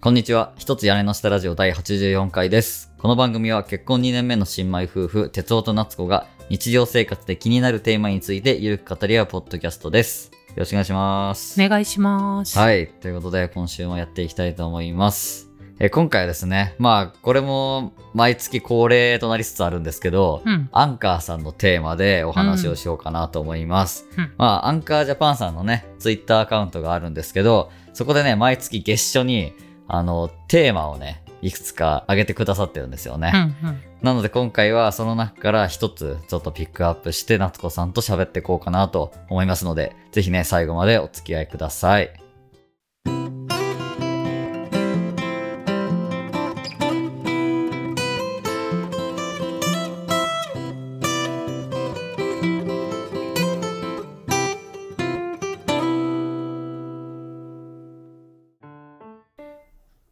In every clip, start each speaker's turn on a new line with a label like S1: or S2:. S1: こんにちは。一つ屋根の下ラジオ第84回です。この番組は結婚2年目の新米夫婦、哲夫と夏子が日常生活で気になるテーマについてゆるく語り合うポッドキャストです。よろしくお願いします。
S2: お願いします。い。
S1: はい。ということで、今週もやっていきたいと思います。えー今回はですね、まあ、これも毎月恒例となりつつあるんですけど、
S2: うん。
S1: アンカーさんのテーマでお話をしようかなと思います。
S2: うん
S1: まあ、アンカージャパンさんのね、ツイッターアカウントがあるんですけど、そこでね、毎月月初に、あの、テーマをね、いくつか上げてくださってるんですよね。
S2: うん
S1: なので今回はその中から一つちょっとピックアップして夏子さんと喋っていこうかなと思いますので、ぜひね、最後までお付き合いください。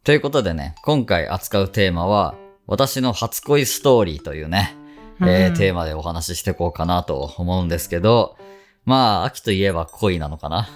S1: ということでね、今回扱うテーマは、私の初恋ストーリーというね、
S2: うん。
S1: えーテー
S2: マ。
S1: マでお話ししていこうかなと思うんですけど、まあ、秋といえば恋なのかな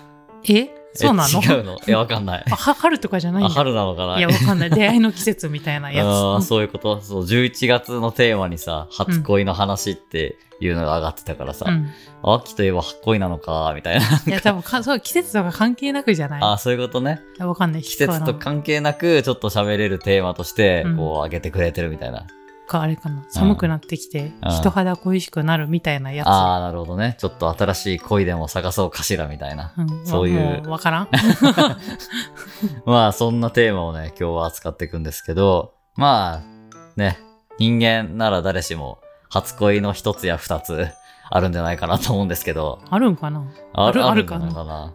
S2: えそうなの
S1: え違うのいや、わかんない
S2: あ。 は春とかじゃないん
S1: あ、
S2: だ。
S1: 春なのかない
S2: や、わかんない。出会いの季節みたいなやつ。
S1: あーそういうことそう、11月のテーマにさ、初恋の話っていうのが上がってたからさ、
S2: うん。
S1: 秋といえば恋なのか、みたいな。
S2: いや、多分か、そう、季節とか関係なくじゃない
S1: あーそういうことね。
S2: いやわかんない。
S1: 季節と関係なく、ちょっと喋れるテーマとして、
S2: うん
S1: こう、上げてくれてるみたいな。
S2: か、あれかな。寒くなってきて、人肌恋しくなるみたいなや
S1: ああ、なるほどね。ちょっと新しい恋でも探そうかしら、みたいな
S2: つ。。ん
S1: そういう
S2: もわからん。
S1: まあそんなテーマをね、今日は扱っていくんですけど、まあね、人間なら誰しも初恋の一つや二つ あるんじゃないかなと思うんですけど、
S2: あるんかな
S1: あ
S2: ある
S1: んじゃないかな。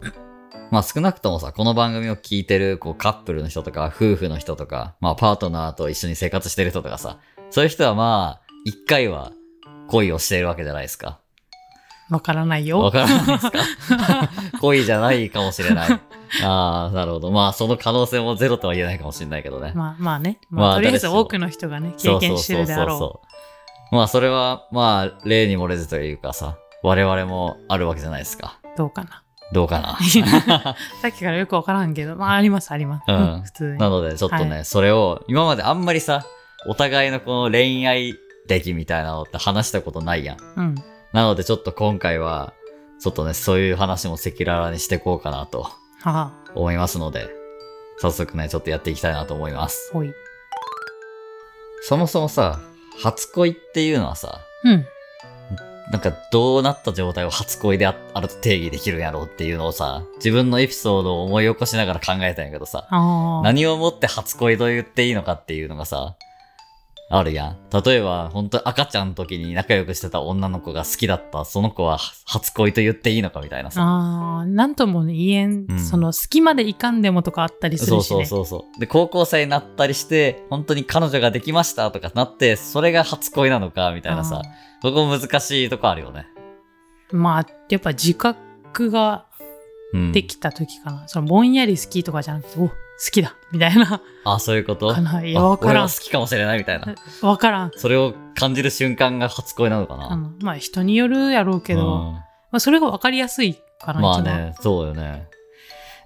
S1: まあ少なくともさ、この番組を聞いてるこうカップルの人とか、夫婦の人とか、まあパートナーと一緒に生活してる人とかさ、そういう人はまあ、一回は恋をしているわけじゃないですか。
S2: わからないよ。
S1: わからないですか恋じゃないかもしれない。ああ、なるほど。まあその可能性もゼロとは言えないかもしれないけどね。
S2: まあまあね。
S1: ま
S2: ま
S1: あ
S2: あ、とりあえず
S1: 誰しも
S2: 多くの人がね、経験してるであろ
S1: う。まあそれはまあ例に漏れずというかさ、我々もあるわけじゃないですか。
S2: う。どうかな。
S1: どうかな。
S2: さっきからよくわからんけど、まあ、あります、あります。
S1: うん
S2: 普通
S1: な
S2: に。
S1: のでちょっとね、
S2: は
S1: それを今まであんまりさ、お互いのこの恋愛歴みたいなのって話したことないやん。
S2: うん。
S1: なのでちょっと今回は、ちょっとね、そういう話も赤裸々にしていこうかなと
S2: は
S1: 思いますので、早速ね、ちょっとやっていきたいなと思います
S2: あ、。ほい。
S1: そもそもさ、初恋っていうのはさ、
S2: うん。
S1: なんかどうなった状態を初恋でああると定義できるんやろうっていうのをさ、自分のエピソードを思い起こしながら考えたんやけどさ、
S2: ああ。
S1: 何をもって初恋と言っていいのかっていうのがさ、あるやん。例えば、本当赤ちゃんの時に仲良くしてた女の子が好きだった、その子は初恋と言っていいのかみたいなさ。
S2: ああ、なんとも言えん、
S1: うん
S2: その、隙間でいかんでもとかあったりす
S1: そ
S2: る
S1: う
S2: し
S1: そ
S2: ね。
S1: うそうそう。で、高校生になったりして、本当に彼女ができましたとかなって、それが初恋なのかみたいなさ、
S2: あ
S1: そこ難しいとこあるよね。
S2: ーまあ、やっぱ自覚が
S1: うん。
S2: できた時かな。その、ぼんやり好きとかじゃなくて、お好きだみたいな、
S1: あ、そういうこと
S2: かな。いや、
S1: あ
S2: わか
S1: 俺
S2: ら
S1: は
S2: ん
S1: 好。きかもしれないみたいな。
S2: わからん。
S1: それを感じる瞬間が初恋なのか
S2: あ
S1: な。
S2: のまあ、人によるやろうけど、まあ、それがわかりやすいか
S1: う
S2: な、
S1: ん、まあ
S2: 一番。
S1: ね、そうよね。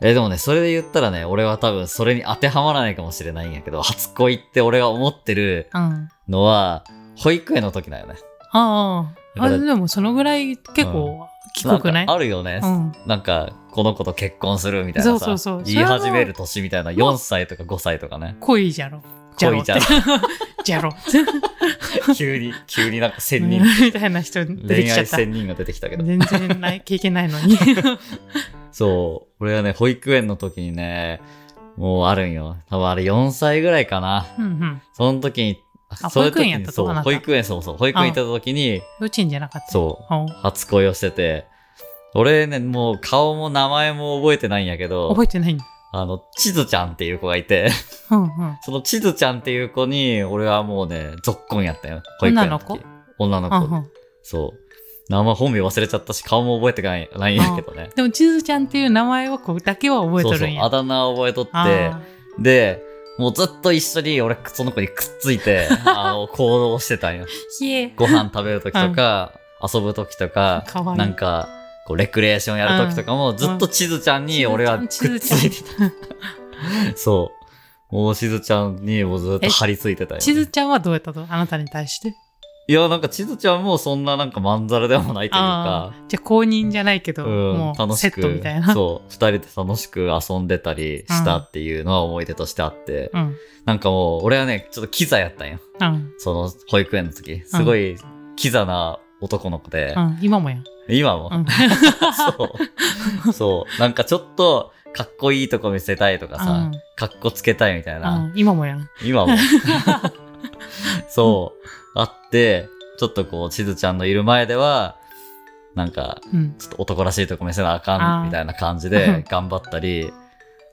S1: え、でもね、それで言ったらね、俺は多分それに当てはまらないかもしれないんやけど、初恋って俺が思ってる
S2: うん。
S1: のは、保育園の時だよね。
S2: ああ、
S1: だか
S2: あ
S1: ら
S2: でもそのぐらい結構、きこくない
S1: んかあるよね。
S2: うん。
S1: なんか、この子と結婚するみたいなさ、
S2: そうそうそう
S1: 言い始める年みたいな、
S2: れはもう
S1: 4歳とか5歳とかね。
S2: 恋じゃろ。じゃろ
S1: 恋
S2: っ
S1: じ
S2: て
S1: ゃん。
S2: じゃろ。
S1: 急に、急になんか千人、
S2: みたいな人出てき
S1: 恋
S2: ちゃ
S1: 愛
S2: った。
S1: 千人が出てきたけど。
S2: 全然ない、経験ない のに。
S1: そう。俺はね、保育園の時にね、もうあるんよ。多分あれ4歳ぐらいかな。
S2: うんうん。
S1: その時に、
S2: あ
S1: そういう時
S2: 保育園やっ
S1: に、
S2: たと
S1: そ
S2: あ
S1: う、
S2: なた
S1: 保育園、そうそう、保育園行った時に、
S2: 幼稚園じゃなかった。
S1: そ
S2: あ
S1: う、初恋をしてて、俺ね、もう顔も名前も覚えてないんやけど
S2: 覚、えてないんだ。
S1: あの、ちずちゃんっていう子がいて、
S2: うんうん。
S1: そのちずちゃんっていう子に、俺はもうね、ぞっこんやったよ。保育園時
S2: 女の子
S1: 女の
S2: あ
S1: 子。
S2: うん
S1: そう。名前本名忘れちゃったし、顔も覚えてないないんやけどね。
S2: でも、ちずちゃんっていう名前はこうだけは覚え
S1: そ
S2: と
S1: うそう、
S2: るんや。
S1: あだ名を覚えとって、
S2: あ
S1: で、もうずっと一緒に俺、その子にくっつい て、あの、行動してたんよ。
S2: ーひえ。
S1: ご飯食べるときとか、遊ぶときとか、
S2: かわいい
S1: なんか、こう、レクレーションやるときとかも、ずっとちずちゃんに俺はくっついて
S2: た。
S1: た。そう。もうしずちゃんにもずっと張り付いてたよ、ね。
S2: しずちゃんはどうやったとあなたに対して。
S1: いや、なんかちずちゃんもそんななんかまんざらでもないという
S2: あ
S1: か、
S2: あ。じゃあ公認じゃないけど、
S1: うん
S2: もう
S1: 楽
S2: セ
S1: し
S2: ッ
S1: く、
S2: トみたいな。
S1: そう、二人で楽しく遊んでたりしたっていうのは思い出としてあって、
S2: うん。
S1: なんかもう、俺はね、ちょっとキザやったんよ。
S2: うん。
S1: その保育園の時。すごいキザな男の子で
S2: う、ん。今もやん。
S1: 今も、
S2: うん
S1: そう。そう。なんかちょっと、かっこいいとこ見せたいとかさ、
S2: うん
S1: かっこつけたいみたいな、
S2: うん。今もやん。
S1: 今 も。そう。あって、ちょっとこう、しずちゃんのいる前では、なんか、
S2: うん。
S1: ちょっと男らしいとこ見せなあ
S2: あ
S1: か
S2: ー
S1: ん、みたいな感じ
S2: うん
S1: で頑張ったり、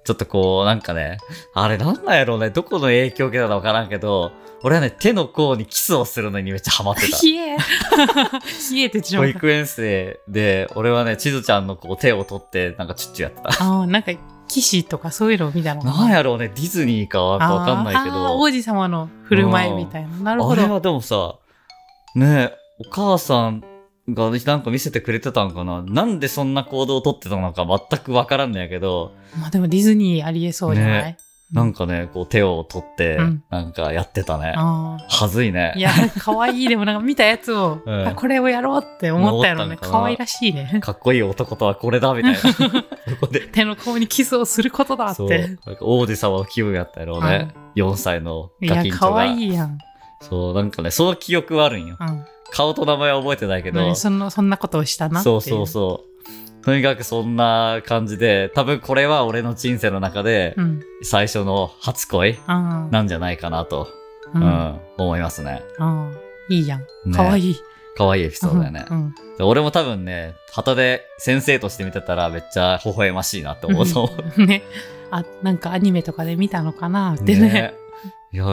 S1: ちょっとこう、なんかね、あれなんなんやろうね、どこの影響を受けたのかわからんけど、俺はね、手の甲にキスをするのにめっちゃハマってた。
S2: 冷え 冷えてち ょ
S1: 保
S2: っと。
S1: 育園生で、俺はね、ちずちゃんのこう手を取って、なんかチュッチュやってた。
S2: ああ、なんか、騎士とかそういうのを見たのか
S1: なんやろうね、ディズニーかは
S2: あー
S1: わかんないけ
S2: あー
S1: ど、
S2: 王子様の振る舞いみたいな。なる
S1: あ
S2: ほ
S1: れ
S2: ど。
S1: はでもさ、ねえ、お母さんがなんか見せてくれてたんかななんでそんな行動をとってたのか全くわからんねやけど、
S2: まあでもディズニーありえそうじゃない、
S1: ねなんかね、こう手を取って
S2: うん、
S1: なんかやってたね。
S2: ああ。
S1: はずいね。
S2: いや、可愛いでもなんか見たやつを、
S1: うん
S2: あこれをやろうって思ったやろ
S1: 思
S2: ね。
S1: ったのかな
S2: 可愛らしいね。
S1: かっこいい男とはこれだ、み たいな。そこで。
S2: 手の甲にキスをすることだっ
S1: そう。
S2: て。
S1: なんか王子様の気分やったやろうね。4歳の
S2: い
S1: ガ
S2: や
S1: キン、チョ
S2: 可
S1: が。
S2: 愛いやん。
S1: そう、なんかね、その記憶はあるんよ。
S2: うん。
S1: 顔と名前は覚えてないけど、
S2: 何そんな、そんなことをしたなってい
S1: そうそうそう。とにかくそんな感じで、多分これは俺の人生の中で
S2: う。うん。
S1: 最初の初恋
S2: ああ。
S1: なんじゃないかなと、
S2: う。
S1: うんん、
S2: あ
S1: 思いますね。
S2: あ。いいやん。
S1: ね
S2: 可愛い。
S1: 可愛いエピソードだよね。
S2: うん。
S1: で俺も多分ね、旗で先生として見てたらめっちゃ微笑ましいなって思うと思う。
S2: うん ね。あ、なんかアニメとかで見たのかなってね。
S1: え。いや、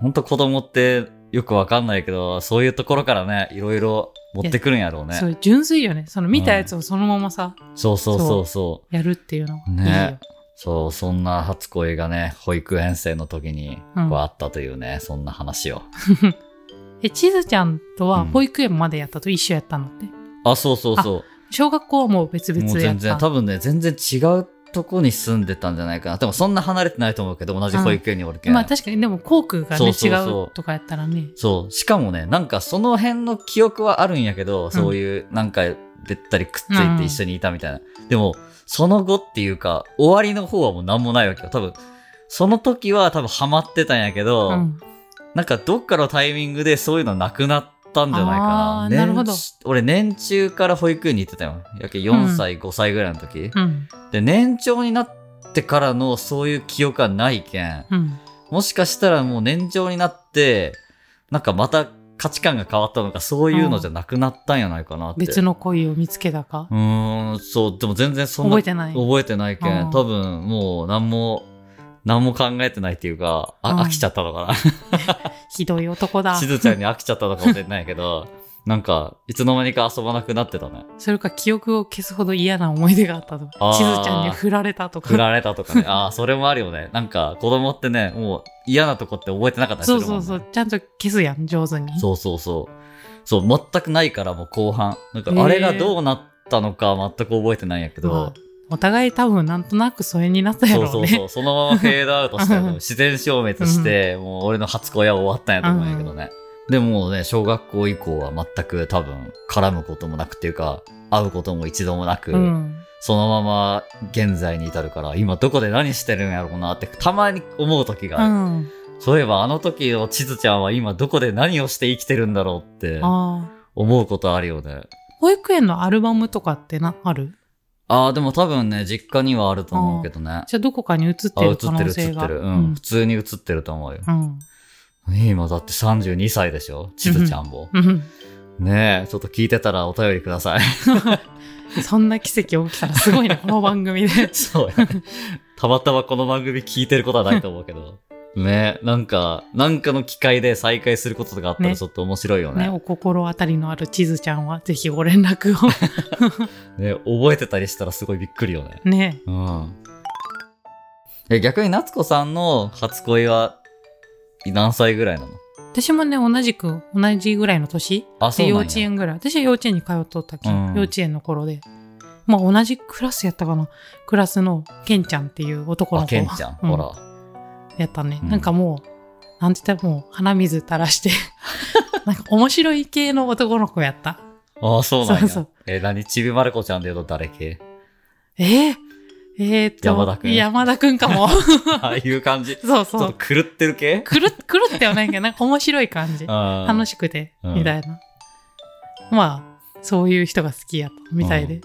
S1: ほんと子供ってよくわかんないけど、そういうところからね、いろいろ持ってくるんやろうね
S2: そ。う、純粋よね。その見たやつをそのままさ、
S1: そうそうそうそう。
S2: やるっていうのは。いいよ。
S1: ねそう、そんな初恋がね、保育園生の時にこ
S2: うん
S1: うあったというね、そんな話を。
S2: え、ちずちゃんとは
S1: うん
S2: 保育園までやったと一緒やったのって。
S1: あ、そうそうそ
S2: 小学校はもう別
S1: う。も
S2: 々
S1: う
S2: や
S1: 全
S2: った
S1: 然、。多分ね、全然違うとこに住んでたんじゃないかな。でもそんな離れてないと思うけど、同じ保育園におるけん。
S2: まあ確かに、でも、校区がね、
S1: そうそうそう
S2: 違うとかやったらね。
S1: そう。しかもね、なんかその辺の記憶はあるんやけど、そういう、なんかべったりくっついて一緒にいたみたいな。でも、その後っていうか、終わりの方はもう何もないわけよ。多分、その時は多分ハマってたんやけど、
S2: うん。
S1: なんかどっかのタイミングでそういうのなくなったんじゃないかな。
S2: あー
S1: 年
S2: なるほど
S1: 俺年中から保育園に行ってたよ。やけ4歳、5歳ぐらいの時。
S2: うん。
S1: で、年長になってからのそういう記憶はないけん。
S2: うん。
S1: もしかしたらもう年長になって、なんかまた価値観が変わったのか、そういうのじゃなくなったんやないかなって。
S2: 別の恋を見つけたか
S1: うーん、そう、でも全然そんな。
S2: 覚えてない。
S1: 覚えてないけ
S2: うん
S1: ん。多分もう何も、何も考えてないっていうか、あ
S2: うん
S1: 飽きちゃったのかな。
S2: ひどい男だ
S1: し。ずちゃんに飽きちゃったのかもしれないけ ど、なんか、いつの間にか遊ばなくなってたね。
S2: それか記憶を消すほど嫌な思い出があったと
S1: あ
S2: か。
S1: ー
S2: ちずちゃんに振られたとか。
S1: 振られたとか ね。ああ、それもあるよね。なんか、子供ってね、もう嫌なとこって覚えてなかったりす
S2: そ
S1: る
S2: う
S1: もん、ね。
S2: そうそう。ちゃんと消すやん、上手に。
S1: そうそうそう。そう、全くないからもう後半。なんか
S2: ね、え
S1: あれがどうなったのか全く覚えてないんやけ
S2: ま
S1: ど
S2: あ、お互い多分なんとなく疎遠になったや
S1: そう
S2: ろ
S1: そうう
S2: ね
S1: そ。う、そのままフェードアウト したよ
S2: うん
S1: 自然消滅して、もう俺の初恋は終わったんやと思うんやけどね。でもうね、小学校以降は全く多分絡むこともなくっていうか、会うことも一度もなく、
S2: うん。
S1: そのまま現在に至るから、今どこで何してるんやろうなってたまに思う時
S2: う
S1: がある。
S2: ん。
S1: そういえばあの時のちずちゃんは今どこで何をして生きてるんだろうって
S2: ああ。
S1: 思うことあるよね。
S2: 保育園のアルバムとかってな、ある
S1: ああ、でも多分ね、実家にはあると思うけどね。
S2: じゃあどこかに映って
S1: あ、映っ
S2: る
S1: て
S2: 可能
S1: る映
S2: 性
S1: っ
S2: が。
S1: てる。う。
S2: うんん
S1: 普通に映ってると思うよ。
S2: うん。
S1: 今だって32歳でしょちずちゃんも。
S2: うん。
S1: ねえ、ちょっと聞いてたらお便りください。。
S2: そんな奇跡起きたらすごいな、この番組で
S1: そうやね。たまたまこの番組聞いてることはないと思うけ ど。ねえ、なんか、なんかの機会で再会することとかあったら
S2: ね
S1: ちょっと面白いよね。
S2: ね、お心当たりのあるちずちゃんは、ぜひご連絡 を。
S1: ね覚えてたりしたらすごいびっくりよね。
S2: ね。
S1: うん。え、逆に夏子さんの初恋は何歳ぐらいなの
S2: 私もね、同じく、同じぐらいの年
S1: あ、そう
S2: で
S1: なん
S2: 幼
S1: や
S2: 稚園ぐらい。私は幼稚園に通っとったけ、
S1: うん
S2: ん、幼稚園の頃で。まあ同じクラスやったかな。クラスのケンちゃんっていう男
S1: あ、
S2: の子
S1: ケンちゃん、
S2: うん
S1: ほら。
S2: やったね、
S1: うん
S2: なんかもうなんて言ったらもう鼻水垂 らしてなんか面白い系の男の子やった
S1: ああ、そうなんや。
S2: そうそう
S1: え、何ちびまる子ちゃんで言うと誰系
S2: えー、えー、っと
S1: 山田くん
S2: 山田くん かも
S1: ああいう感じ。ち
S2: そう そ
S1: ょっ
S2: う
S1: と狂ってる系
S2: くるっくるってはないけどなんか面白い感じ楽
S1: 楽
S2: しくて、
S1: うん
S2: みたいなまあそういう人が好きやったみたいで、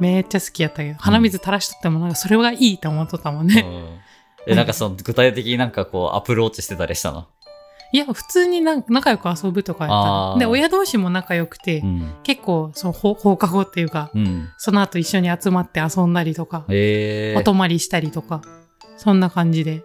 S2: めっちゃ好きやったけど鼻水垂らしとってもなんかそれがいいと思っとったもんね、
S1: うんえ、なんかその具体的になんかこうアプローチしてたりしたの
S2: いや、普通になん仲良く遊ぶとかやった
S1: あ
S2: ら
S1: ー
S2: で、親同士も仲良くて、
S1: うん。
S2: 結構、その放放課後っていうか、
S1: うん。
S2: その後一緒に集まって遊んだりとか、
S1: ええ。
S2: お泊まりしたりとか、そんな感じで、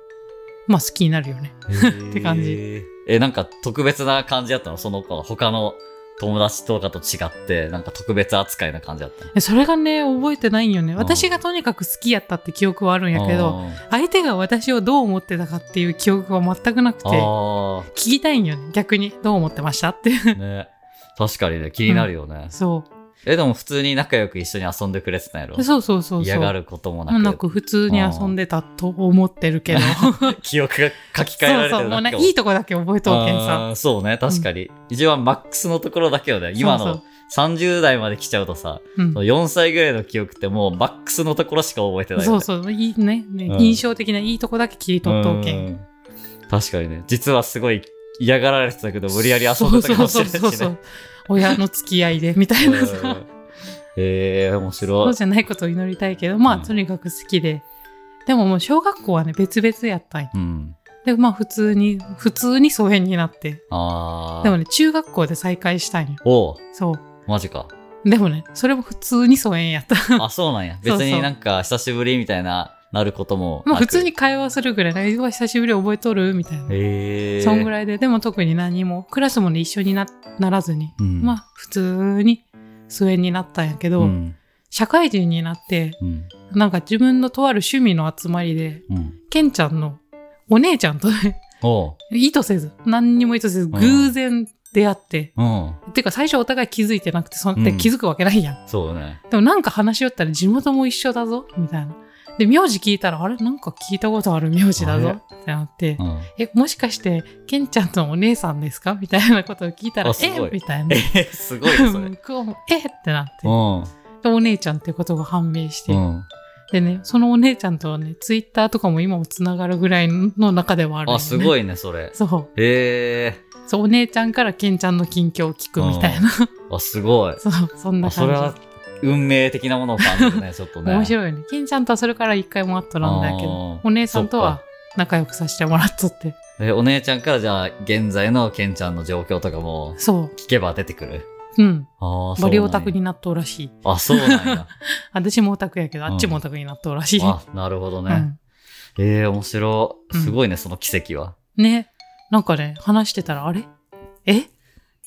S2: まあ好きになるよね。
S1: って
S2: て感
S1: じ。え、なんか特別な感じだったのその子の他の友達とかと違って、なんか特別扱いな感じだったの
S2: でそれがね、覚えてないんよね。
S1: ん
S2: 私がとにかく好きやったって記憶はあるんやけど、相手が私をどう思ってたかっていう記憶が全くなくて、
S1: あ
S2: 聞
S1: ーあ
S2: きたいんよね。逆に、どう思ってました って。
S1: ー、ね。確かにね、気になるよね。
S2: そ
S1: え、でも普通に仲良く一緒に遊んでくれてたんやろ
S2: う。 そうそうそうそう。
S1: 嫌がることも
S2: な
S1: なん
S2: か
S1: く、
S2: 普通に遊んでたと思ってるけど。
S1: 記憶が書き換えられて
S2: そうそう、もうね、いい
S1: と
S2: とこだけ覚えとうけんさ。
S1: そうね、確かに。一番マックスのところだけよね。今
S2: そ
S1: の
S2: う
S1: 30代まで来ちゃうとさ、
S2: そううん
S1: その4歳ぐらいの記憶ってもうマックスのところしか覚えてないよね。
S2: そうそう、いいねね
S1: うん
S2: 印象的ないいとこだけ切り取っとうけ。
S1: うんん確かにね実はすごい嫌がられてたけど無理やり遊んでたかもしれないしね
S2: そうそうそうそう。親の付き合いで、みたいな
S1: う
S2: さ
S1: ん。えー、面
S2: そ
S1: 白
S2: う
S1: い
S2: じゃないことを祈りたいけど、まあ、
S1: うん
S2: とにかく好きで。でももう小学校はね、別々やったんよ
S1: うん
S2: で、まあ普通に、普通に疎遠になって。
S1: あー
S2: でもね、中学校で再会したんよ。
S1: おう
S2: そう。
S1: マジ か
S2: でもね、それも普通に疎遠やった。
S1: あそうなんや
S2: そうそう
S1: 別になんか久しぶりみたいななることもな
S2: まあ
S1: く
S2: 普通に会話するぐらい、ね、うわ久しぶり覚えとるみたいな。
S1: えー、
S2: そんぐ
S1: い、
S2: らいで、でも特に何も、クラスもね、一緒になならずに、
S1: うん、
S2: まあ、普通に疎遠になったんやけ
S1: う
S2: ど、
S1: ん
S2: 社会人になって、
S1: うん
S2: なんか自分のとある趣味の集まりで、
S1: うん
S2: ケンちゃんのお姉ちゃんとね、
S1: おう
S2: 意図せず、何にも意図せず、偶然出会って、
S1: うん
S2: てか最初お互い気づいてなくて、そんって
S1: うん
S2: 気づくわけないやん。
S1: そうね
S2: でもなんか話しよったら地元も一緒だぞ、みたいな。で、名字聞いたら、あれなんか聞いたことある名字だ
S1: あれ
S2: ぞ、ってなって
S1: う、ん
S2: え、もしかして、ケンちゃんのお姉さんですかみたいなことを聞いたら
S1: あ、す
S2: え
S1: ごい
S2: みたい
S1: え
S2: な。
S1: ー、すごいねそれ
S2: 向 こうもえってなって
S1: う。ん
S2: でお姉ちゃんってことが判明して、
S1: うん
S2: でねそのお姉ちゃんとはねツイッターとかも今もつながるぐらいの中ではあるよ、ね、
S1: あすご
S2: い
S1: いねそれ
S2: そう
S1: え
S2: そうお姉ちゃんからケンちゃんの近況を聞くみたいな、
S1: ー、あすごい
S2: そうそんな
S1: あそれは
S2: 感
S1: 運命的なものを感じ るね、ちょっと
S2: じ、
S1: ね。
S2: 面
S1: い。
S2: 白いよねケンちゃんとはそれから一回も会っとらんだけ
S1: あ
S2: ど
S1: ー
S2: お姉さんとは仲良くさせてもらっとって
S1: え、お姉ちゃんからじゃあ、現在のケンちゃんの状況とかも
S2: そ
S1: 聞けば出てくる。
S2: ううん
S1: ああ、そうなんや
S2: バリオタクに。なっとうらしい
S1: あ、そうなん や。
S2: 私もオタクやけど
S1: うん
S2: あっちもオタクになっとうらしい、
S1: あ、なるほど
S2: う
S1: ね。
S2: ん
S1: ええー、面白い。
S2: うん
S1: すごいね、その奇跡は。
S2: ねなんかね話してたらあれえ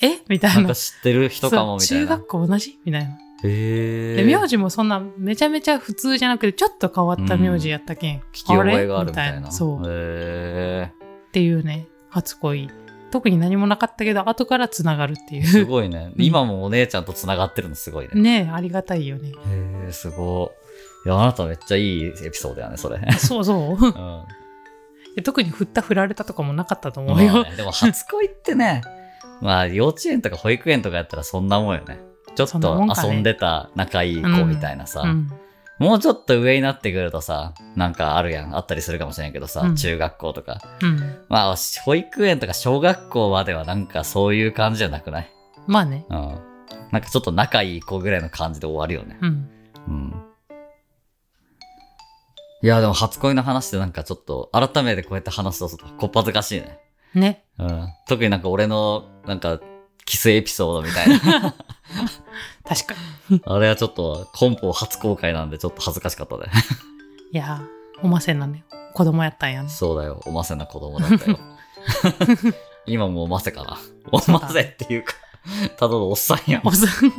S2: えみた
S1: ないん
S2: な
S1: か知ってる人かもみたい
S2: そう中
S1: な
S2: 学。校同じみたいな。
S1: ええ
S2: で、
S1: ー。
S2: 名字もそんなめちゃめちゃ普通じゃなくて、ちょっと変わった名字やったけん。聞
S1: 聞き覚えがあるみたいな。
S2: そう。っ
S1: ええ
S2: ていうね、初恋。特に何もなかったけど、後からつながるってい
S1: ー。す
S2: う。
S1: ごいね。
S2: うん
S1: 今もお姉ちゃんと繋がってるのすごい ね。
S2: ねえ、ありがたいよね。
S1: ええー、すごい。いや、あなためっちゃいいエピソードやね、そ れ。う
S2: そうそう。
S1: ん。
S2: で特に振った振られたとかもなかったと思
S1: ま
S2: うよ。
S1: あねでも初恋ってね、まあ幼稚園とか保育園とかやったらそんなもんよね。ちょっ
S2: そんな
S1: と
S2: もんかね
S1: 遊んでた仲いい子みたいなさ、
S2: うん。
S1: もうちょっと上になってくるとさ、なんかあるやん、あったりするかもしれんけどさ、
S2: うん
S1: 中学校とか。
S2: うん。
S1: まあ、保育園とか小学校まではなんかそういう感じじゃなくない
S2: まあね。
S1: うん。なんかちょっと仲いい子ぐらいの感じで終わるよね。
S2: うん。
S1: うん。いや、でも初恋の話でなんかちょっと、改めてこうやって話すとちょっとこっぱずかしいね。
S2: ね。
S1: うん特になんか俺の、なんか、キスエピソードみたいな。
S2: 確かに。
S1: あれはちょっと、コンポ初公開なんでちょっと恥ずかしかったね。
S2: いやー、おませんなね。子供やったんやね。
S1: そうだよ。おませな子供だったよ。今もおませかな。おませっていうか、ただのおっさんやん
S2: おっ。さん。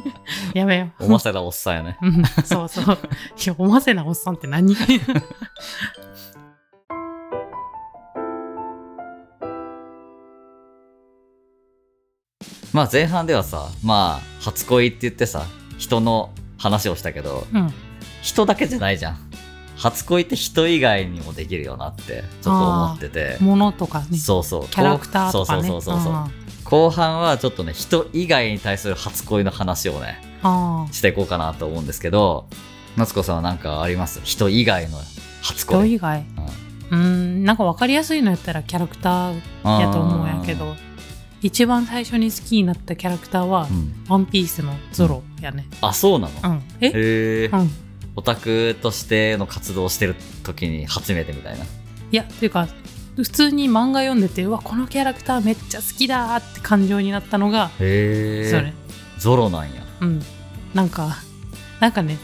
S2: やめよう。
S1: おませなおっさんやね。
S2: うん、そうそう。いや、おませなおっさんって何
S1: まあ前半ではさ、まあ、初恋って言ってさ、人の話をしたけど、
S2: うん。
S1: 人だけじゃないじゃん。初恋って人以外にもできるよなってちょっと思ってて、
S2: ものとかね
S1: そうそう
S2: キャラクターとかね
S1: そうそうそうそうそう
S2: あ
S1: 後半はちょっとね人以外に対する初恋の話をね
S2: あ
S1: していこうかなと思うんですけど夏子さんは何かあります人以外の初
S2: 人
S1: 恋
S2: 以外うーんなんか分かりやすいのやったらキャラクターやと思うんやけ、ど一番最初に好きになったキャラクターは
S1: うんうん
S2: 「ワンピースのゾロやね
S1: あそうなの、
S2: うんえ
S1: へえ、
S2: うん
S1: オタクとしての活動をしてる時に初めてみたいない
S2: やというか普通に漫画読んでてうわこのキャラクターめっちゃ好きだーって感情になったのが
S1: へえ
S2: それ
S1: ゾロなんや、
S2: うんなんかなんかね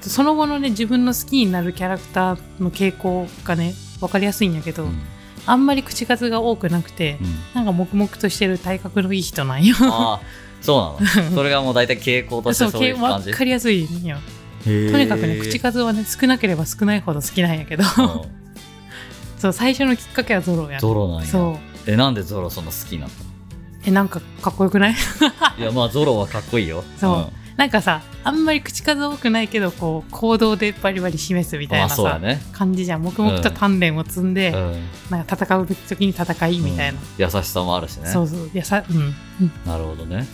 S2: その後のね自分の好きになるキャラクターの傾向がね分かりやすいんやけど、
S1: うんうん
S2: あんまり口数が多くなくて、
S1: うん
S2: なんか黙々としてる体格のいい人なんよ。
S1: ああそうな のそれがもう大体傾向とし
S2: そう
S1: てそういう感じ
S2: 分かりやすいんよ。と
S1: に
S2: にかくね口数はね少なければ少ないほど好きなんやけど そう最初のきっかけはゾロや
S1: ゾロなんや
S2: そう
S1: えなんでゾロそんな好きなの
S2: えなんかかっこよくない
S1: いやまあゾロはかっこいいよ
S2: そう
S1: うん
S2: なんかさあんまり口数多くないけどこう行動でバリバリ示すみたい
S1: ま
S2: な
S1: あそう
S2: さ、
S1: だね
S2: 感じじゃん黙々と鍛錬を積んで、
S1: うん
S2: なんか戦う時に戦いみたいな、
S1: 優しさもあるしね
S2: そうそうやさうん、うん、
S1: なるほどね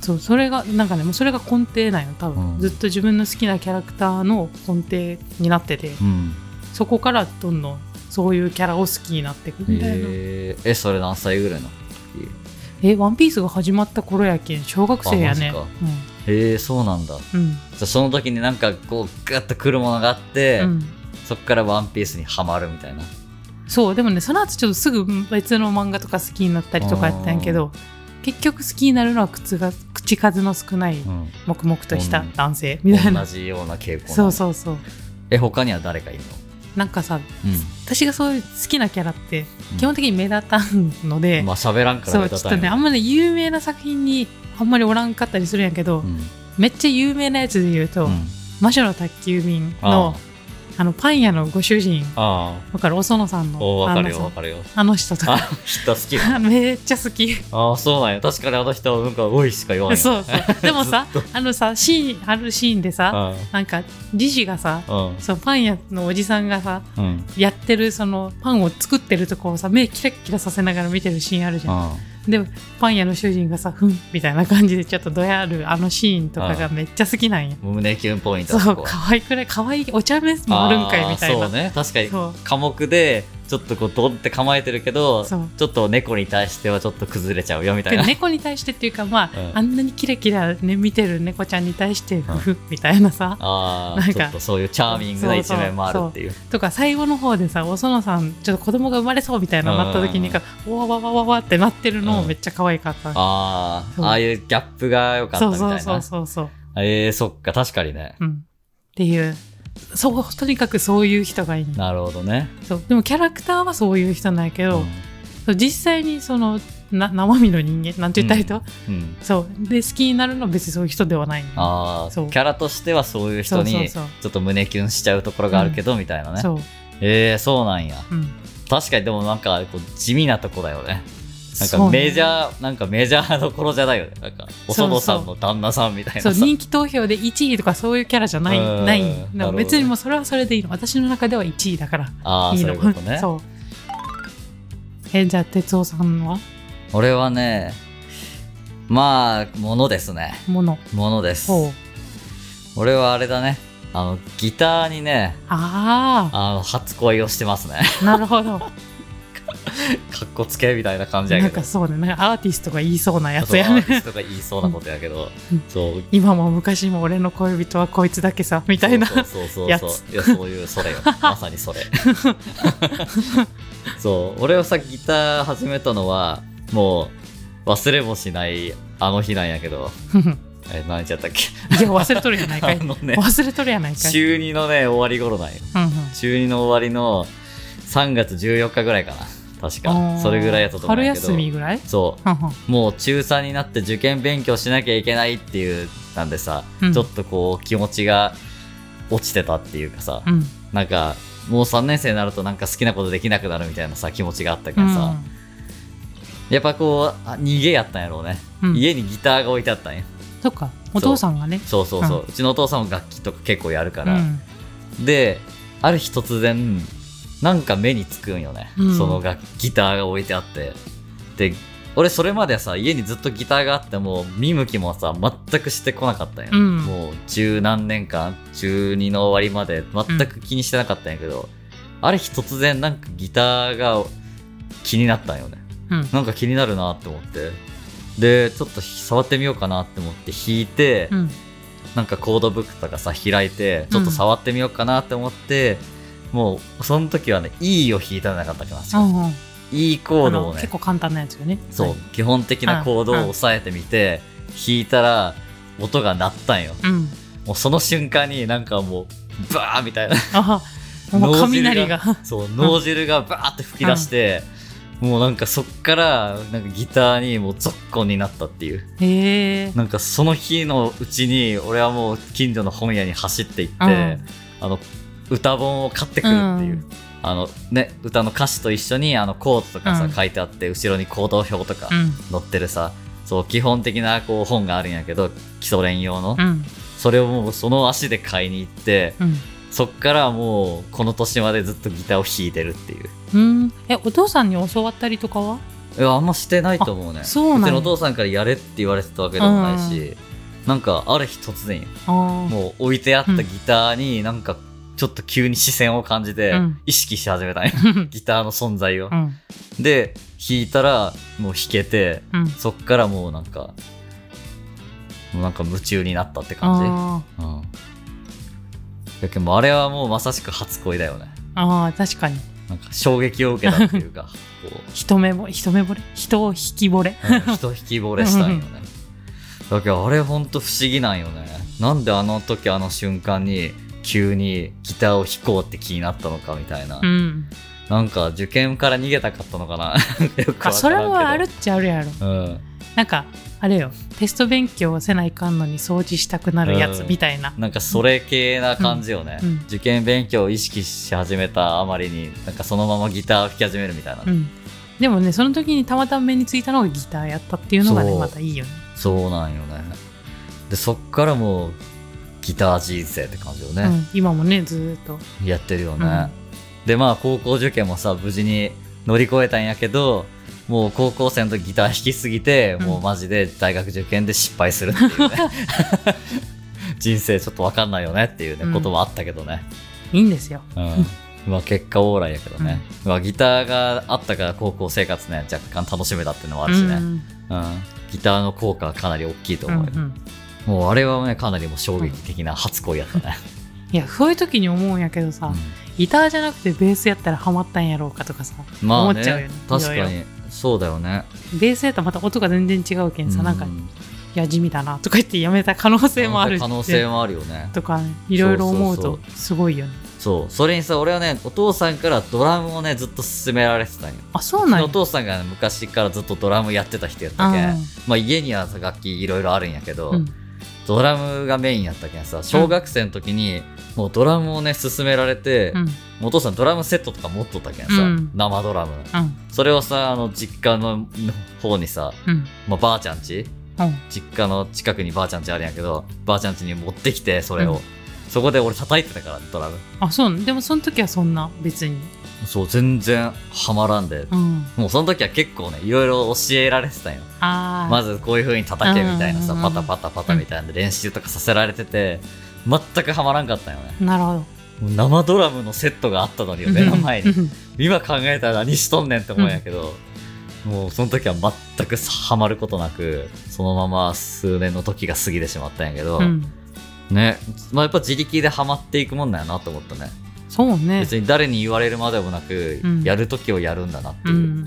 S2: そうそれがなんかねもうそれが根底なんよ多分、
S1: うん
S2: ずっと自分の好きなキャラクターの根底になってて
S1: うん
S2: そこからどんどんそういうキャラを好きになっていくみたいなえ
S1: えーえそれ何歳ぐらいの時
S2: ワンピースが始まった頃やけん小学生やね
S1: あマへえそうなんだじ
S2: うんうん
S1: ゃあその時になんかこうグッとくるものがあって、
S2: うん
S1: そっからワンピースにはまるみたいな
S2: そうでもねその後ちょっとすぐ別の漫画とか好きになったりとかやったんやけど結局好きになるのは口が口数の少ない
S1: うん
S2: 黙々とした
S1: うん
S2: 男性みたいな、
S1: 同じような傾向なの
S2: そうそうそう
S1: え他には誰かいるの
S2: なんかさ
S1: う
S2: 私がそういう好きなキャラって
S1: うん
S2: 基本的に目立たんので、
S1: んまあ喋らんから
S2: そう
S1: 目
S2: ちょっ
S1: 立
S2: と
S1: たん
S2: ねあ
S1: よ
S2: んまね有名な作品にあんまりおらんかったりするんやけど、
S1: うん
S2: めっちゃ有名なやつで言うと「
S1: うん
S2: 魔女の宅急便の」
S1: あ
S2: あのパン屋のご主人
S1: ああ
S2: わかるお園さんの
S1: お分かる
S2: あ
S1: よ分
S2: のさ
S1: かるよ
S2: あの人と
S1: あ
S2: か
S1: 人好きな
S2: めっちゃ好き
S1: ああそうなんや確かにあの人はなんか「おい」しか言わない
S2: そうそうで もさあのさシーンあるシーンでさ
S1: あ
S2: なんか理事がさ
S1: あ
S2: そうパン屋のおじさんがさ
S1: うんうん
S2: やってるそのパンを作ってるとこをさ目キラッキラさせながら見てるシーンあるじゃん
S1: あ
S2: でもパン屋の主人がさ「ふん」みたいな感じでちょっとどやるあのシーンとかがめっちゃ好きなんや
S1: あ胸キュンポイント
S2: そう
S1: こ
S2: 可愛くない可愛いお茶目もあるんかいみたい
S1: あ
S2: な
S1: あそうね確かに
S2: そう
S1: 寡黙でちょっとこうドンって構えてるけどち
S2: そう
S1: ょっと猫に対してはちょっと崩れちゃうよみたい
S2: で
S1: な
S2: 猫に対してっていうかまあ、
S1: うん
S2: あんなにキラキラね見てる猫ちゃんに対して
S1: ん
S2: ふふ、みたいなさ
S1: あ
S2: なん
S1: あ
S2: か
S1: ちょっとそういうチャーミングな一面もあるっていう
S2: とか最後の方でさお園さんちょっと子供が生まれそうみたいなのなった時にか、おわわわわわってなってるの
S1: う
S2: も
S1: ん
S2: めっちゃ可愛かった、
S1: あ
S2: そう
S1: あああいうギャップが良かった
S2: そう
S1: みたい
S2: そ
S1: な
S2: うそうそうそう
S1: えー、そっか確かにね
S2: うんっていうそうとにかくそういう人がいいの
S1: なるほどね、
S2: そうでもキャラクターはそういう人なんやけど、そう実際にそのな生身の人間なんて言ったりと、
S1: うんうん
S2: そうで好きになるのは別にそういう人ではないの
S1: ああキ
S2: そう
S1: ャラとしてはそういう人にち
S2: そうそう
S1: ょっと胸キュンしちゃうところがあるけど、みたいなね
S2: そう、
S1: えー、そうなんや
S2: うん、
S1: 確かにでもなんかこう地味なとこだよねなん
S2: そう
S1: か
S2: ね
S1: メジャー、なんかメジャーどころじゃないよねなんかお
S2: そうそう
S1: 園さんの旦那さんみたいな
S2: そ
S1: さ
S2: う人気投票で1位とかそういうキャラじゃない
S1: うん
S2: ない
S1: なるほど
S2: だから別にもうそれはそれでいいの私の中では1位だから
S1: ああ
S2: いい
S1: そう
S2: の
S1: いうことね
S2: そうえじゃあ哲夫さんは
S1: 俺はねまあものですね
S2: もの
S1: ものです
S2: ほう
S1: 俺はあれだねあのギターにね
S2: あ
S1: あの初恋をしてますね
S2: あなるほど
S1: かっこつけみたいな感じや
S2: な
S1: け
S2: ん
S1: ど
S2: かそうねなんかアーティストが言いそうなやつ
S1: そうア
S2: や
S1: ー
S2: ね
S1: ティストが言いそうなことやけど、
S2: うん
S1: そう
S2: 今も昔も俺の恋人はこいつだけさみたいな
S1: そうそうそう
S2: や
S1: そうそ
S2: つ
S1: ういやそういうそれ よまさにそれそう俺はさギター始めたのはもう忘れもしないあの日なんやけどえ何日やったっけ
S2: いや忘れとるやないか
S1: あ
S2: い
S1: の ね
S2: 忘れとるやないかい、
S1: 中2のね終わり頃なんよ
S2: うんうん、
S1: 中2の終わりの3月14日ぐらいかな確かそれぐらいやったと思うん
S2: 春
S1: やけど
S2: 休みぐらい
S1: そう
S2: うんうん
S1: もう中3になって受験勉強しなきゃいけないっていうなんでさ、
S2: うん
S1: ちょっとこう気持ちが落ちてたっていうかさ、
S2: うん
S1: なんかもう3年生になるとなんか好きなことできなくなるみたいなさ気持ちがあったからさ、やっぱこうあ逃げやったんやろうね、
S2: うん
S1: 家にギターが置いてあったんや
S2: そっかお父さんがね
S1: そうそうそう、うちのお父さんも楽器とか結構やるか
S2: う
S1: ら、
S2: ん
S1: である日突然なんか目につくんよね、
S2: うん
S1: その楽ギターが置いてあってで俺それまでさ家にずっとギターがあっても見向きもさ全くしてこなかったんや、
S2: うん
S1: もう十何年間中二の終わりまで全く気にしてなかったんやけど、ある日突然なんかギターが気になったんよね
S2: うん
S1: なんか気になるなって思ってでちょっと触ってみようかなって思って弾いて、
S2: うん
S1: なんかコードブックとかさ開いてちょっと触ってみようかなって思って、もうその時はね E を弾いたんじゃなかったっけな確か
S2: うんうん
S1: E コードを
S2: あの
S1: ね
S2: 結構簡単なやつよね
S1: そう、
S2: はい
S1: 基本的なコードを押さえてみて弾いたら音が鳴ったんよ
S2: うん
S1: もうその瞬間になんかもうバーみたいな
S2: あもう
S1: 脳汁が
S2: 雷が
S1: そう脳汁がバーって吹き出して、もうなんかそっからなんかギターにもうゾッコンになったっていう
S2: へえ
S1: なんかその日のうちに俺はもう近所の本屋に走って行って、
S2: うん
S1: あの歌本を買ってくるっていう、
S2: うん
S1: あのね、歌の歌詞と一緒にあのコードとかさ、
S2: うん
S1: 書いてあって後ろに行動表とか
S2: うん
S1: 載ってるさ、そう基本的なこう本があるんやけど基礎練用の、
S2: うん
S1: それをもうその足で買いに行って
S2: うん
S1: そっからもうこの年までずっとギターを弾いてるっていう
S2: うんえお父さんに教わったりとかはい
S1: やあんましてないと思うね
S2: あそうなんや
S1: ちのお父さんからやれって言われてたわけでもないし、なんかある日突然よ
S2: ああ
S1: もう置いてあったギターになんかちょっと急に視線を感じて
S2: うん
S1: 意識し始めたね、
S2: うん
S1: ギターの存在を
S2: う。ん
S1: で弾いたらもう弾けて
S2: うん
S1: そっからもうなんかもうなんか夢中になったって感
S2: あ
S1: じ。うん、だけどもうあれはもうまさしく初恋だよね。
S2: ーあー確かに
S1: なんか衝撃を受けたっていう かこ
S2: 一目ぼ一目惚れ人を引き惚れ
S1: う、うん人引き惚れしたんよね。だけどあれほんと不思議なんよね。なんであの時あの瞬間に急にギターを弾こうって気になったのかみたいな。
S2: うん
S1: なんか受験から逃げたかったのかな よくわからんけど
S2: あそれはあるっちゃあるやろ
S1: うん
S2: なんかあれよテスト勉強をせないかんのに掃除したくなるやつみたいな、
S1: なんかそれ系な感じよね、
S2: うんうん
S1: 受験勉強を意識し始めたあまりになんかそのままギターを弾き始めるみたいな、
S2: うん、でもねその時にたまたま目についたのがギターやったっていうのがね
S1: そう
S2: またいいよね
S1: そうなんよねでそっからもうギター人生って感じよ
S2: う
S1: ね、
S2: ん、今もねずーっと
S1: やってるよね、でまあ高校受験もさ無事に乗り越えたんやけどもう高校生の時ギター弾きすぎて、
S2: うん
S1: もうマジで大学受験で失敗するって いうね人生ちょっと分かんないよねっていうね、
S2: うん
S1: こともあったけどね
S2: いいんですよ
S1: うん、まあ結果オーライやけどね、まあギターがあったから高校生活ね若干楽しめたっていうのもあるしね、
S2: ん
S1: うんギターの効果はかなり大きいと
S2: う
S1: 思うよ、
S2: んうん
S1: もうあれはねかなりもう衝撃的な初恋やったね、
S2: いやそういう時に思うんやけどさ、ギターじゃなくてベースやったらハマったんやろうかとかさ、
S1: うんまあ
S2: 思
S1: ね
S2: っちゃうよね
S1: 確か
S2: いろい
S1: にそうだよね
S2: ろベースやったらまた音が全然違うけんさ、なんか
S1: う
S2: いや地味だなとか言ってやめた可能性もある
S1: 可能性もあるよね
S2: とかね、いろいろ思う
S1: そう
S2: と
S1: そ
S2: すごいよね
S1: そうそれにさ俺はねお父さんからドラムをねずっと勧められてたんよ
S2: あそうなん
S1: うちのお父
S2: や
S1: さんが昔からずっとドラムやってた人やったけん、
S2: あ
S1: まあ、家にはさ楽器いろいろあるんやけど、
S2: ーうん
S1: ドラムがメインやったけんさ小学生の時にもうドラムをね勧められて、
S2: うん
S1: お父さんドラムセットとか持っとったけんさ、
S2: うん
S1: 生ドラムの
S2: うん
S1: それをさあの実家の方にさ、
S2: うん
S1: まあ、ばあちゃんち
S2: うん
S1: 実家の近くにばあちゃんちあるんやけどばあちゃんちに持ってきてそれを、
S2: うん
S1: そこで俺叩いてたからドラム
S2: あそうねでもその時はそんな別に
S1: そう全然ハマらんで、
S2: うん
S1: もうその時は結構ねいろいろ教えられてたんよ
S2: ああ
S1: まずこういう風に叩けみたいなさ、
S2: うんうんう
S1: パタ
S2: ん
S1: パタパタみたいな練習とかさせられてて全くハマらんかったんよね
S2: なるほど
S1: 生ドラムのセットがあったのに目の前に今考えたら何しとんねんって思うんやけど、もうその時は全くハマることなくそのまま数年の時が過ぎてしまったんやけど、
S2: うん
S1: ね、まあ、やっぱ自力でハマっていくもんだよなと思ったね
S2: そうね
S1: 別に誰に言われるまでもなく、
S2: うん
S1: やる時をやるんだなって
S2: う
S1: いう、
S2: ん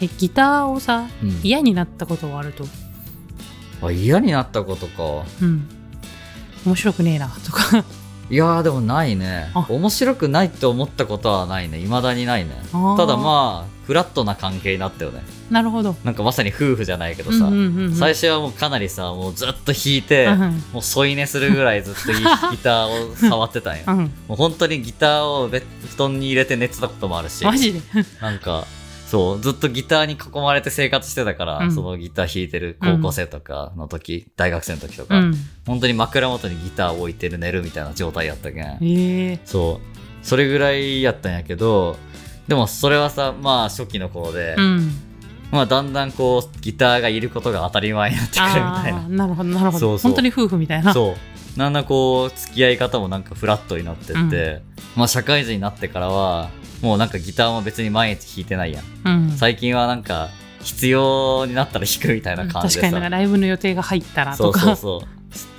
S2: えギターをさ
S1: うん
S2: 嫌になったことはあると
S1: あ嫌になったことか
S2: うん面白くねえなとか
S1: いやーでもないね
S2: あ
S1: 面白くないって思ったことはないね未だにないね
S2: あ ー
S1: ただまあフラットな関係になったよね
S2: なるほど
S1: なんかまさに夫婦じゃないけど
S2: うん
S1: さ、
S2: うんうんうん
S1: 最初はもうかなりさもうずっと弾いて、
S2: うん
S1: もう添い寝するぐらいずっ といいギターを触ってたんよ
S2: うん
S1: もう本当にギターをベッ布団に入れて寝てたこともあるし
S2: マジで
S1: なんかそうずっとギターに囲まれて生活してたから、
S2: うん
S1: そのギター弾いてる高校生とかの時、大学生の時と
S2: う
S1: か、
S2: ん
S1: 本当に枕元にギターを置いてる寝るみたいな状態やったけん
S2: ええ
S1: そうそれぐらいやったんやけどでもそれはさまあ初期の頃で、
S2: うん。
S1: まあだんだんこうギターがいることが当たり前になってくるみたい
S2: ああ、なるほど、なるほど。
S1: そうそう
S2: 本当に夫婦みたい
S1: な
S2: な。
S1: そうなんだんこう付き合い方もなんかフラットになってって、
S2: うん
S1: まあ社会人になってからはもうなんかギターも別に毎日弾いてないやん
S2: うん。
S1: 最近はなんか必要になったら弾くみたいな感じ
S2: 確
S1: で
S2: か
S1: さ
S2: になんかライブの予定が入ったら
S1: そ
S2: と
S1: うそう
S2: か。
S1: そう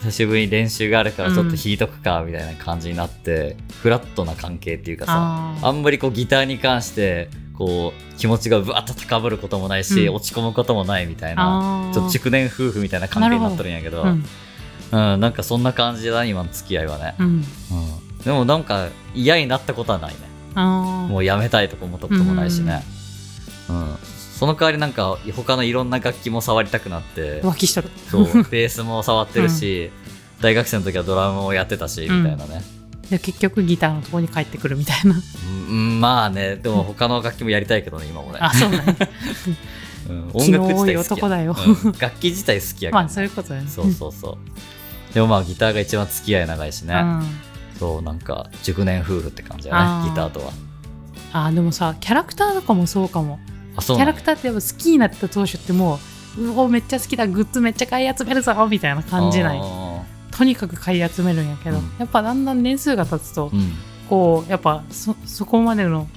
S1: 久しぶりに練習があるからちょっと弾いとくかみたいな感じになって、フラットな関係っていうかさ
S2: あ
S1: あ
S2: あ
S1: んまりこうギターに関してこう気持ちがぶわっと高ぶることもないし、
S2: うん
S1: 落ち込むこともないみたいな
S2: あー
S1: ちょっと熟年夫婦みたいな関係になってるんやけど
S2: うん。
S1: うん、なんかそんな感じだ今の付き合いはね、
S2: うん。
S1: うんでもなんか嫌になったことはないね
S2: ああ。
S1: もうやめたいとか思ったこともないしね、うんその代わりなんか他のいろんな楽器も触りたくなって
S2: 浮気しとる。
S1: そうベースも触ってるし、大学生の時はドラムをやってたしみたいなね、
S2: で結局ギターのとこに帰ってくるみたいな。
S1: うんまあねでも他の楽器もやりたいけどね今もね
S2: あ、そうなんや
S1: うん 音
S2: 気
S1: 楽
S2: の
S1: 自体好きや
S2: 多い男だよ。
S1: うん楽器自体好きやか
S2: ま
S1: ら、
S2: あそうい
S1: ね
S2: うことだよね。
S1: そうそうそうでもまあギターが一番付き合い長いし
S2: う
S1: ね、
S2: ん。あ
S1: そうなんか熟年夫婦って感じ
S2: あ
S1: だね
S2: ー
S1: ギターとは
S2: あ、でもさ、キャラクターとかもそうかも。
S1: あそ
S2: キ
S1: う
S2: ャ
S1: なんや
S2: ラクターってやっぱ好きになった当初ってもう、うお、めっちゃ好きだ、グッズめっちゃ買い集めるぞみたいな感じない。
S1: あ
S2: とにかく買い集めるんやけど、
S1: うん
S2: やっぱだんだん年数が経つと、
S1: ーうん
S2: こうやっぱそそこまでの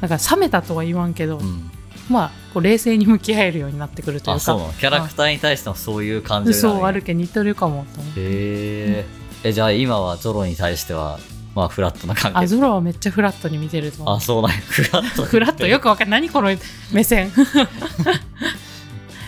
S2: なんか冷めたとは言わんけど、
S1: うん
S2: まあこう冷静に向き合えるようになってくるという
S1: あそう
S2: か
S1: なのキャラクターに対してのそういう感じ
S2: 嘘をある
S1: へ
S2: け似てるかもと思って
S1: ええじゃあ今はゾロに対してはまあフラットな関
S2: あ
S1: 係
S2: ゾロはめっちゃフラットに見てると思
S1: あ
S2: う
S1: そうなんやフラット
S2: フラットよくわかんない何この 目線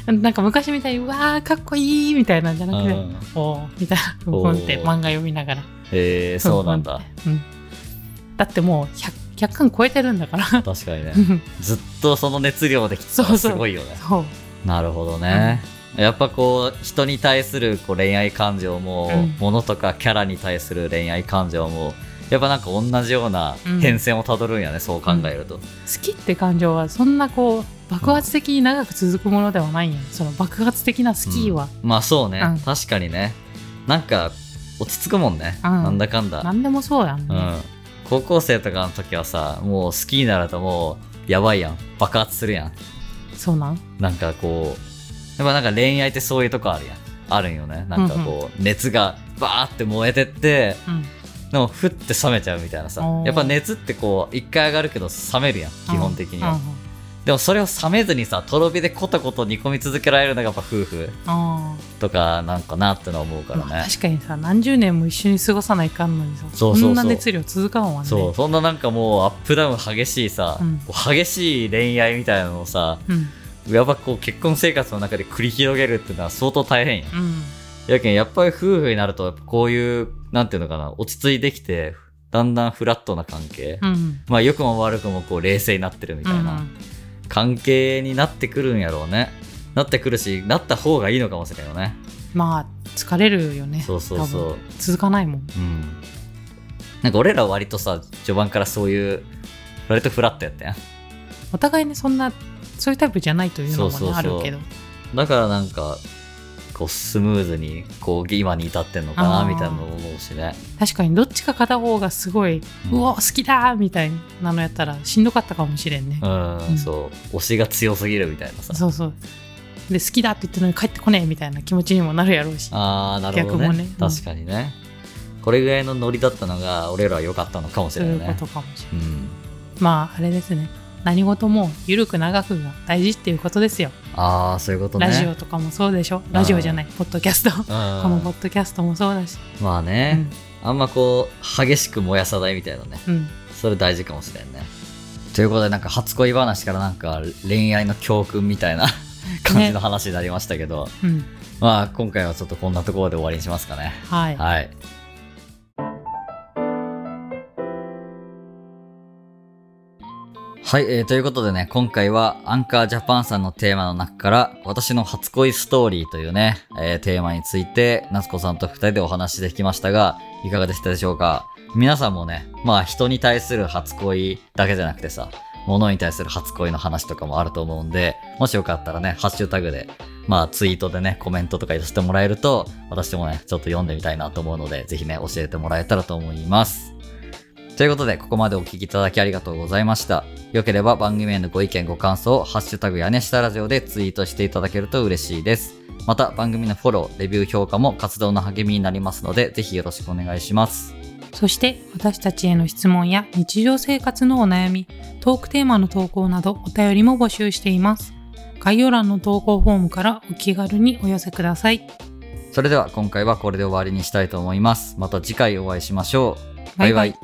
S2: なんか昔みたいにうわーかっこいいみたいなんじゃ
S1: う
S2: なくて、
S1: ん
S2: おーみたいな
S1: おー
S2: ポンって漫画読みながら
S1: へえそうなんだ、
S2: ポンってうんだってもう 100, 100巻超えてるんだから
S1: 確かにね
S2: そ
S1: ずっとその熱量できた
S2: そ
S1: ら
S2: う
S1: す
S2: そう
S1: ごいよね
S2: う
S1: なるほどね、やっぱこう人に対するこう恋愛感情も、
S2: うん
S1: 物とかキャラに対する恋愛感情もやっぱなんか同じような
S2: うん
S1: 変遷をたどるんやね、そう考えると、
S2: 好きって感情はそんなこう爆発的に長く続くものではないんやその爆発的な好きは、
S1: まあそうね、
S2: うん
S1: 確かにねなんか落ち着くもんね、
S2: うん
S1: なんだかんだ、
S2: 何でもそうやん
S1: う
S2: ね、
S1: ん、高校生とかの時はさもう好きになるともうやばいやん爆発するやん
S2: そうなん
S1: なんかこう、やっぱなんか恋愛ってそういうとこあるやん。あるんよね。なんかこう、熱がバーって燃えてって、
S2: うん
S1: でもふって冷めちゃうみたいなさ
S2: お。ー
S1: やっぱ熱ってこう、一回上がるけど冷めるやん、基本的には。
S2: うん
S1: でもそれを冷めずにさ、とろ火でコトコト煮込み続けられるのがやっぱ夫婦
S2: あ
S1: とかなんかなってのは思うか
S2: ー
S1: ら
S2: まあ
S1: ね。
S2: 確かにさ何十年も一緒に過ごさないかんのにさ
S1: そうそうそうん
S2: な熱量続かんわね
S1: そう、そんななんかもうアップダウン激しいさ、
S2: うん
S1: こう激しい恋愛みたいなのをさ、
S2: うん
S1: やっぱこう結婚生活の中で繰り広げるっていうのは相当大変やん。
S2: うん
S1: やけん、やっぱり夫婦になると、やっぱこういう、なんていうのかな、落ち着いてきて、だんだんフラットな関係。
S2: うん
S1: まあ、良くも悪くもこう、冷静になってるみたいな、関係になってくるんやろうね。なってくるし、なった方がいいのかもしれんよね。
S2: まあ疲れるよね
S1: そうそう
S2: 多
S1: そ
S2: 分続かないもん
S1: う。うん。なんか俺らは割とさ、序盤からそういう、割とフラットやったやん。
S2: お互いにそんなそういうタイプじゃないというのもね
S1: そうそうそう
S2: あるけど
S1: だからなんか、こう、スムーズに、こう、今に至ってんのかな、
S2: あー
S1: みたいなのも思うしね。
S2: 確かにどっちか片方がすごい、
S1: う
S2: うんお好きだーみたいなのやったらしんどかったかもしれんね、
S1: うん、そう。推しが強すぎるみたいなさ。
S2: そうそうで好きだって言ってるのに帰ってこねえみたいな気持ちにもなるやろうし
S1: ああなるほどね
S2: 逆もねうん
S1: 確かにね、これぐらいのノリだったのが俺らは良かったのかもし
S2: そう
S1: れないいう
S2: こ
S1: ね
S2: とかもしれない
S1: うん
S2: まああれですね何事もゆるく長くが大事っていうことですよ、
S1: ああそういうことね
S2: ラジオとかもそうでしょラジオじゃないポッドキャストこ
S1: うん
S2: のポッドキャストもそうだし、
S1: まあ
S2: う
S1: ね
S2: ん、
S1: あんまこう激しく燃やさないみたいなね
S2: うん、
S1: それ大事かもしれんねということでなんか初恋話からなんか恋愛の教訓みたいな 感じの話になりましたけど、
S2: うん、
S1: まあ今回はちょっとこんなところで終わりにしますかね
S2: はい、
S1: はいはい、えーということでね、今回はアンカージャパンさんのテーマの中から、私の初恋ストーリーというね、えーテーマについて、夏子さんと二人でお話しできましたが、いかがでしたでしょうか皆さんもね、まあ人に対する初恋だけじゃなくてさ、物に対する初恋の話とかもあると思うんで、もしよかったらね、ハッシュタグで、まあツイートでね、コメントとか寄せてもらえると、私もね、ちょっと読んでみたいなと思うので、ぜひね、教えてもらえたらと思います。とということで、ここまでお聞きいただきありがとうございました。よければ番組へのご意見、ご感想を、ハッシュタグ屋根下ラジオでツイートしていただけると嬉しいです。また、番組のフォロー、レビュー評価も活動の励みになりますので、ぜひよろしくお願いします。
S2: そして私たちへの質問や日常生活のお悩み、トークテーマの投稿などお便りも募集しています。概要欄の投稿フォームからお気軽にお寄せください。
S1: それでは今回はこれで終わりにしたいと思います。また次回お会いしましょう。バイバイ